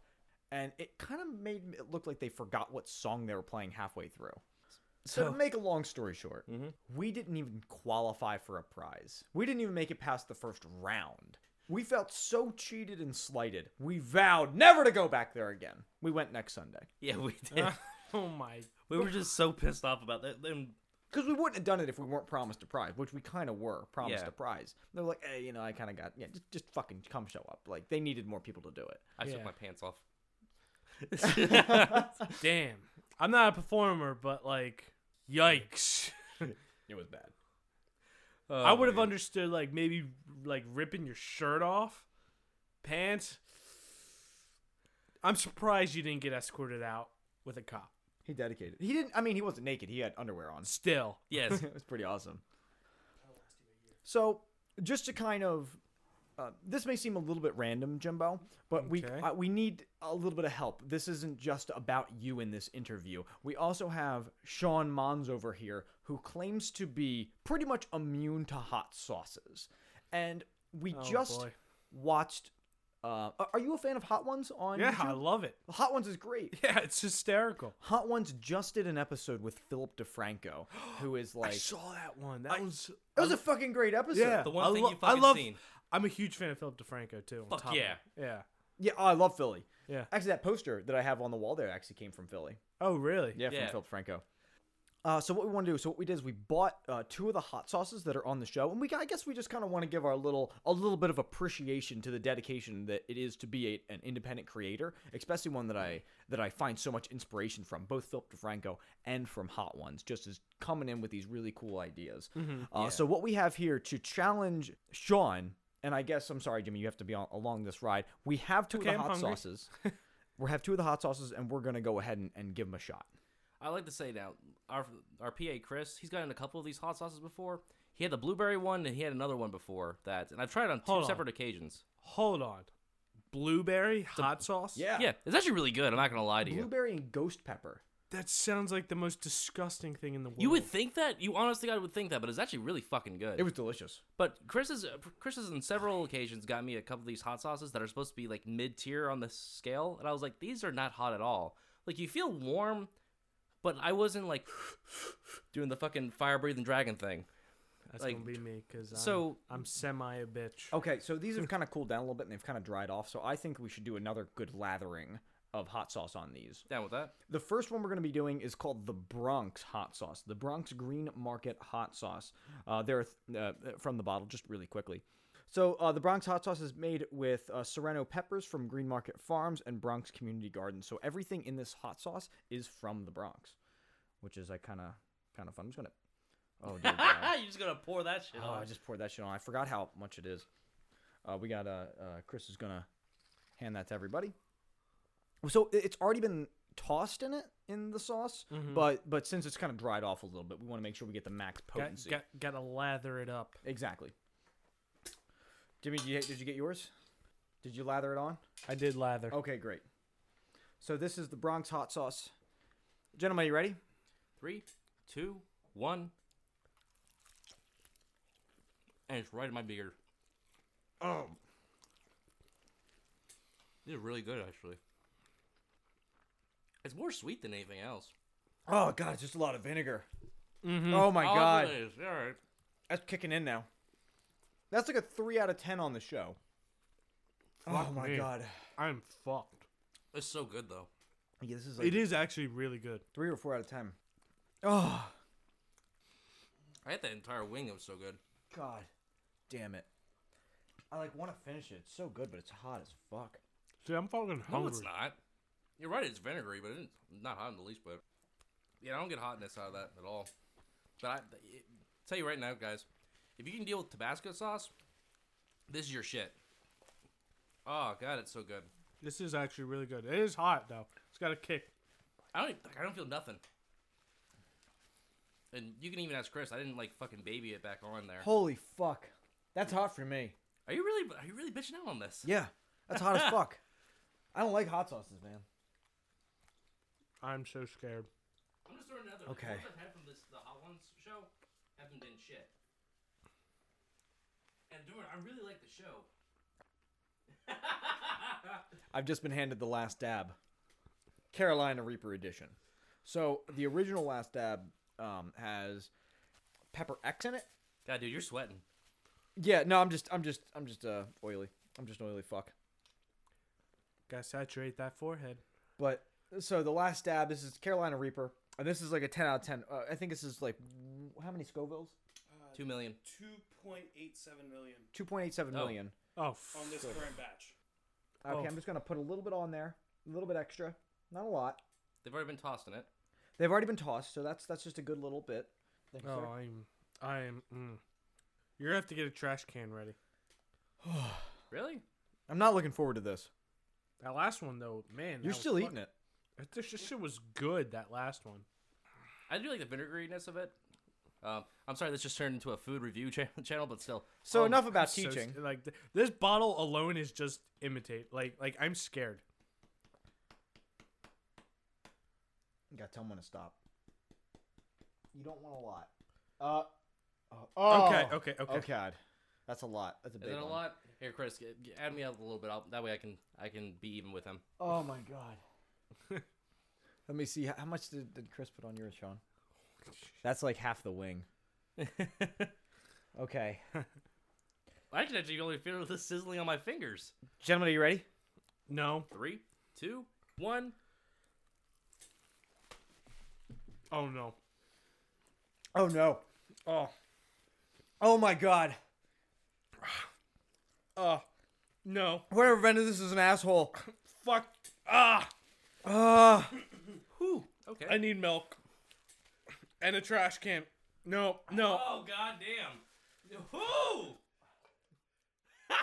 and it kind of made it look like they forgot what song they were playing halfway through. So, Mm-hmm. to make a long story short, we didn't even qualify for a prize. We didn't even make it past the first round. We felt so cheated and slighted. We vowed never to go back there again. We went next Sunday
Yeah, we did.
Oh my.
We were just so pissed off about that. Then
because we wouldn't have done it if we weren't promised a prize, which we kind of were promised
Yeah.
a prize. They're like, hey, you know, I kind of got yeah, just, just fucking come show up. Like they needed more people to do it.
I
Yeah.
took my pants off.
Damn. I'm not a performer, but like, yikes.
It was bad.
Oh,
I would have understood like maybe like ripping your shirt off, pants. I'm surprised you didn't get escorted out with a cop.
He dedicated. He didn't. I mean, he wasn't naked. He had underwear on.
Still,
Yes.
it was pretty awesome. So, just to kind of, uh, this may seem a little bit random, Jimbo, but we
Okay.
uh, we need a little bit of help. This isn't just about you in this interview. We also have Sean Mons over here, who claims to be pretty much immune to hot sauces, and we
Oh,
just
boy.
watched. Uh, are- are you a fan of Hot Ones on
yeah, I
YouTube?
love it.
Hot Ones is great.
Yeah, it's hysterical.
Hot Ones just did an episode with Philip DeFranco, who is like
I saw that one. That was
it was a fucking great episode.
yeah.
The one
I
thing
lo-
you've
I
fucking
love,
seen.
I'm a huge fan of Philip DeFranco too. on
Fuck
top of
yeah.
it. yeah.
Yeah, oh, I love Philly.
Yeah.
Actually, that poster that I have on the wall there actually came from Philly.
Oh really?
Yeah,
Yeah.
from Philip Franco. Uh, so what we want to do, so what we did is we bought uh, two of the hot sauces that are on the show, and we I guess we just kind of want to give our little a little bit of appreciation to the dedication that it is to be a, an independent creator, especially one that I that I find so much inspiration from, both Philip DeFranco and from Hot Ones, just as coming in with these really cool ideas.
Mm-hmm.
uh, So what we have here to challenge Sean, and I guess I'm sorry, Jimmy, you have to be on, along this ride. We have two
okay,
of the
I'm
hot
hungry.
sauces. we have two of the hot sauces, and we're gonna go ahead and, and give them a shot.
I like to say now, our our PA Chris, he's gotten a couple of these hot sauces before. He had the blueberry one and he had another one before that, and I've tried it on two
Hold on.
separate occasions.
Hold on. Blueberry hot sauce.
Yeah, it's actually really good. I'm not gonna lie to you.
Blueberry and ghost pepper.
That sounds like the most disgusting thing in the world.
You would think that. You honestly, I would think that, but it's actually really fucking good.
It was delicious.
But Chris has Chris has on several occasions got me a couple of these hot sauces that are supposed to be like mid tier on the scale, and I was like, these are not hot at all. Like you feel warm, but I wasn't like doing the fucking fire breathing dragon thing.
That's
like,
gonna be me because
so-
I'm, semi a bitch.
Okay, so these have kind of cooled down a little bit and they've kind of dried off. So I think we should do another good lathering of hot sauce on these.
Down with that?
The first one we're going to be doing is called the Bronx hot sauce, the Bronx Green Market hot sauce. Uh, they're th- uh, from the bottle, just really quickly. So uh, the Bronx hot sauce is made with uh, serrano peppers from Green Market Farms and Bronx Community Gardens. So everything in this hot sauce is from the Bronx, which is like kind of kind of fun. I'm just gonna. Oh, dear God.
You're just gonna pour that shit
Oh, I
on.
just poured that shit on. I forgot how much it is. Uh, we got uh, uh, Chris is gonna hand that to everybody. So it- it's already been tossed in it in the sauce, but but since it's kind of dried off a little bit, we want to make sure we Mm-hmm. get the max
Got,
potency.
got, gotta lather it up.
Exactly. Jimmy, did you, did you get yours? Did you lather it on?
I did lather.
Okay, great. So this is the Bronx hot sauce. Gentlemen, you ready?
Three, two, one. and it's right in my beard. Oh, these are really good actually. It's more sweet than anything else.
Oh god, it's just a lot of vinegar. Oh my
Oh,
god,
it is. All right.
that's kicking in now. That's like a three out of ten on the show. oh
Fuck
my
me.
god,
I'm fucked.
It's so good though.
yeah, this is like
It is actually really good.
three or four out of ten. Oh
I ate that entire wing. It was so good.
god, damn it. I like want to finish it. It's so good, but it's hot as fuck.
Dude, I'm fucking
No,
hungry.
it's not. You're right. It's vinegary, but it's not hot in the least bit. Yeah, I don't get hotness out of that at all. But I it, tell you right now, guys, if you can deal with Tabasco sauce, this is your shit. Oh god, it's so good.
This is actually really good. It is hot though. It's got a kick.
I don't. Like, I don't feel nothing. And you can even ask Chris. I didn't like fucking baby it back on there.
Holy fuck, that's hot for me.
Are you really? Are you really bitching out on this?
Yeah, that's hot as fuck. I don't like hot sauces, man.
I'm so scared.
I'm just throwing another.
Okay.
The ones I've had from this, the Hot Ones show haven't been shit. And dude, I really like the show.
I've just been handed the last dab, Carolina Reaper edition. So the original last dab um, has pepper X in it.
God, dude, you're sweating.
Yeah, no, I'm just, I'm just, I'm just uh, oily. I'm just an oily fuck.
Gotta saturate that forehead.
But so the last dab, this is Carolina Reaper, and this is like a 10 out of 10. Uh, I think this is like w- how many Scovilles?
Two million.
2.87 million
2.87
Oh.
million.
Oh, f-
on this current batch.
Okay,
Oh.
I'm just gonna put a little bit on there, a little bit extra, not a lot.
They've already been tossing it.
They've already been tossed, so that's that's just a good little bit. Thank you, sir.
oh I'm, I'm. Mm. You're gonna have to get a trash can ready.
Really?
I'm not looking forward to this.
That last one though, man.
You're still eating it.
it. This this shit was good. That last one.
I do like the vinegariness of it. Um, I'm sorry, this just turned into a food review cha- channel, but still.
So
Um,
enough about
Oh, So,
teaching.
like th- this bottle alone is just imitate. Like like I'm scared.
Gotta tell him when to stop. You don't want a lot. Uh, oh.
Okay, okay, okay.
Oh God, that's a lot. That's a
Is
big
it a
one.
lot? Here, Chris, g- g- add me up a little bit. I'll, that way, I can I can be even with him.
Oh my God. Let me see. How how much did, did Chris put on yours, Sean? That's like half the wing. okay,
I can actually only feel the sizzling on my fingers.
gentlemen, are you ready?
No.
Three, two, one.
Oh no.
Oh no.
Oh
Oh my God.
uh, no.
Whoever invented this is an asshole. Ah.
Fuck. Ah.
Ugh.
Okay.
I need milk. And a trash can. No. No.
Oh goddamn! Who?
I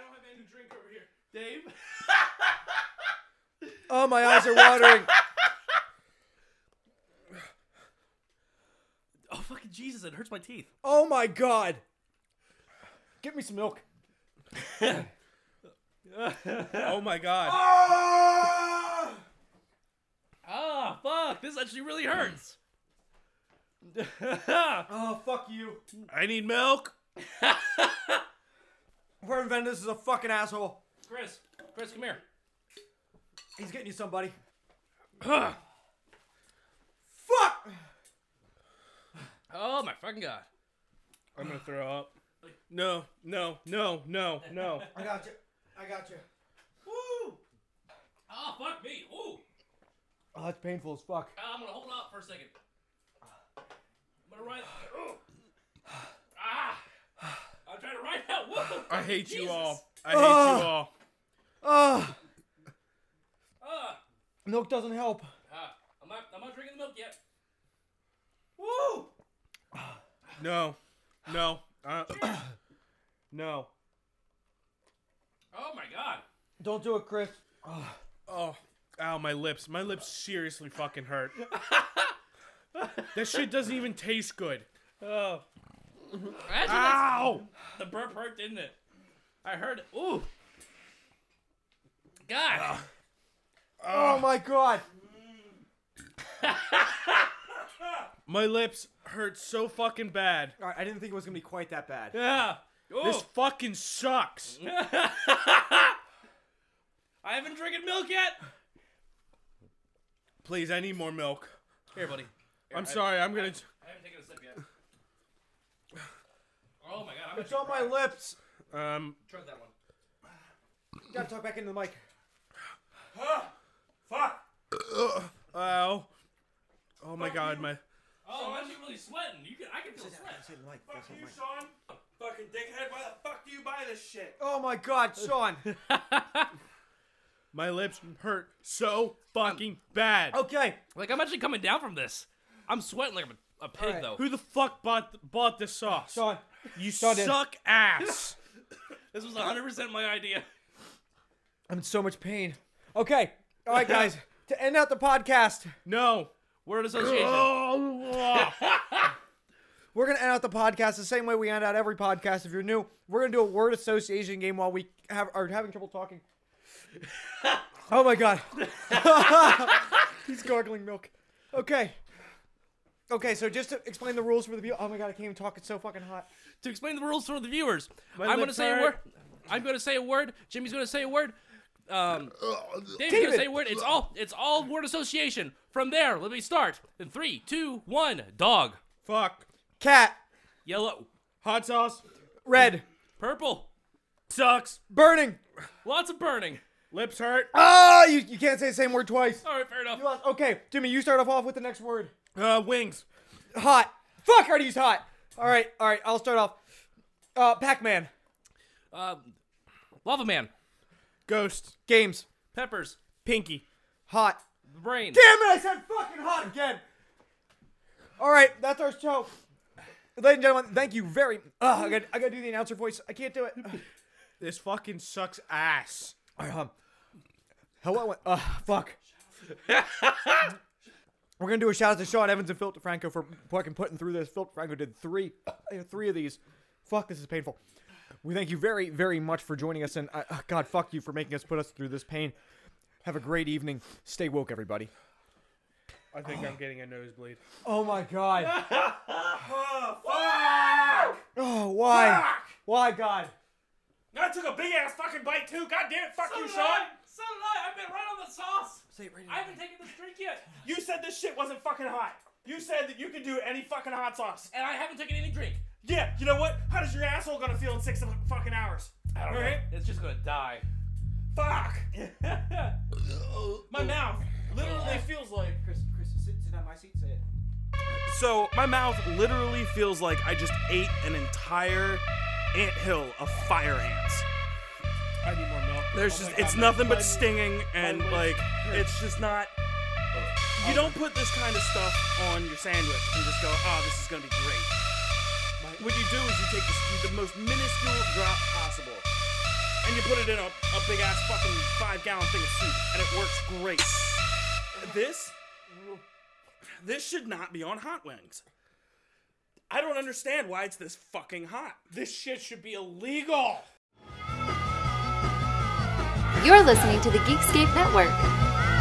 don't have any drink over here.
Dave?
Oh, my eyes are watering.
Oh fucking Jesus! It hurts my teeth.
Oh my God. Get me some milk.
Oh my god.
Ah fuck! This actually really hurts.
Oh fuck you.
I need milk.
Whoever invented this is a fucking asshole.
Chris, Chris, come here.
He's getting you somebody. Fuck!
Oh my fucking god!
I'm gonna throw up. No. No. No. No. No.
I got you. I got you.
Woo! Oh fuck me! Ooh!
Oh, that's painful as fuck.
Ah, I'm gonna hold out for a second. I'm gonna ride. Ooh. Ah! I'm trying to ride out. Whoa!
I hate you
Jesus.
all. I hate
Ah.
you all.
Ugh.
Ah!
Milk doesn't help.
Ah! I'm not. I'm not drinking the milk yet.
Woo!
No. No. Uh, no.
Oh my god!
Don't do it, Chris.
Oh, ow, my lips. My lips seriously fucking hurt. that shit doesn't even taste good. Oh.
Imagine that's-
Ow!
Ah. The burp hurt, didn't it? I heard it. Ooh. God.
Ah.
Oh my god.
My lips hurt so fucking bad.
All right, I didn't think it was gonna be quite that bad.
Yeah. This fucking sucks.
I haven't drinking milk yet.
Please, I need more milk.
Here, buddy.
I'm sorry. I'm gonna.
I haven't taken a sip yet. Oh my god, I'm
It's on my lips.
Um.
try that one.
Gotta talk back into the mic.
Fuck!
Ow. Oh my god, my.
Oh, why are you really sweating? You can, I can feel sweat.
Say the mic,
Fuck
say the
you,
mic.
Sean! Fucking dickhead, why the fuck do you buy this shit?
Oh my God, Sean.
My lips hurt so fucking bad.
Okay,
Like I'm actually coming down from this. I'm sweating like I'm a, a pig
Alright.
though.
Who the fuck bought bought this sauce?
Sean. did.
you suck ass.
This was 100 percent my idea.
I'm in so much pain. Okay, all right, guys. to end out the podcast,
No.
Word association.
Oh.
we're gonna end out the podcast the same way we end out every podcast. If you're new, we're gonna do a word association game while we have are having trouble talking. oh my God. He's gargling milk. Okay. Okay, so just to explain the rules for the people. Oh my God, I can't even talk. It's so fucking hot.
to explain the rules for the viewers, I'm gonna
lips
say a word.
hurt.
I'm gonna say a word. Jimmy's gonna say a word. Um, Dave's
David.
gonna say a word. It's all it's all word association. From there, let me start. In three, two, one. Dog.
fuck.
Cat.
Yellow.
Hot sauce
Red.
Purple.
sucks.
Burning.
Lots of burning.
Lips hurt.
Ah, you, you can't say the same word twice.
All right, fair enough.
You lost- Okay, Jimmy, you start off off with the next word.
Uh, wings.
Hot. Fuck, I already used hot. All right, all right, I'll start off. Uh, Pac-Man.
Um, Lava man.
Ghost.
Games.
Peppers.
Pinky.
Hot.
Brain.
Damn it, I said fucking hot again. All right, that's our show. Ladies and gentlemen, thank you very. Ugh, I gotta, I gotta do the announcer voice. I can't do it. Uh,
This fucking sucks ass.
All right, um, hello. Uh, fuck. We're gonna do a shout out to Sean Evans and Phil DeFranco for fucking putting through this. Phil DeFranco did three, uh, three of these. Fuck, this is painful. We thank you very, very much for joining us, and uh, uh, God, fuck you for making us put us through this pain. Have a great evening. Stay woke, everybody.
I think I'm getting a nosebleed.
Oh my God.
Oh, fuck!
Oh, why? Why, God?
I took a big ass fucking bite too. God damn it, fuck
So
you,
did
Sean.
I. So did I. I've been right on the sauce.
Say it right
I haven't taken this drink yet,
You said this shit wasn't fucking hot. You said that you could do any fucking hot sauce.
and I haven't taken any drink.
Yeah, you know what? How does your asshole gonna feel in six fucking hours?
I don't know.
Alright.
It's just gonna die.
Fuck! my mouth literally feels like.
Chris, Chris, sit, sit on my seat. Say it.
So, my mouth literally feels like I just ate an entire anthill of fire ants.
I need more milk.
There's
Oh
just,
my
it's
God,
nothing
my-
but stinging and
lips
like,
hurt.
it's just not. You don't put this kind of stuff on your sandwich and just go, oh, this is gonna be great. What you do is you take the, the most minuscule drop possible and you put it in a, a big ass fucking five gallon thing of soup and it works great. This, this should not be on hot wings. I don't understand why it's this fucking hot. This shit should be illegal.
You're listening to the Geekscape Network.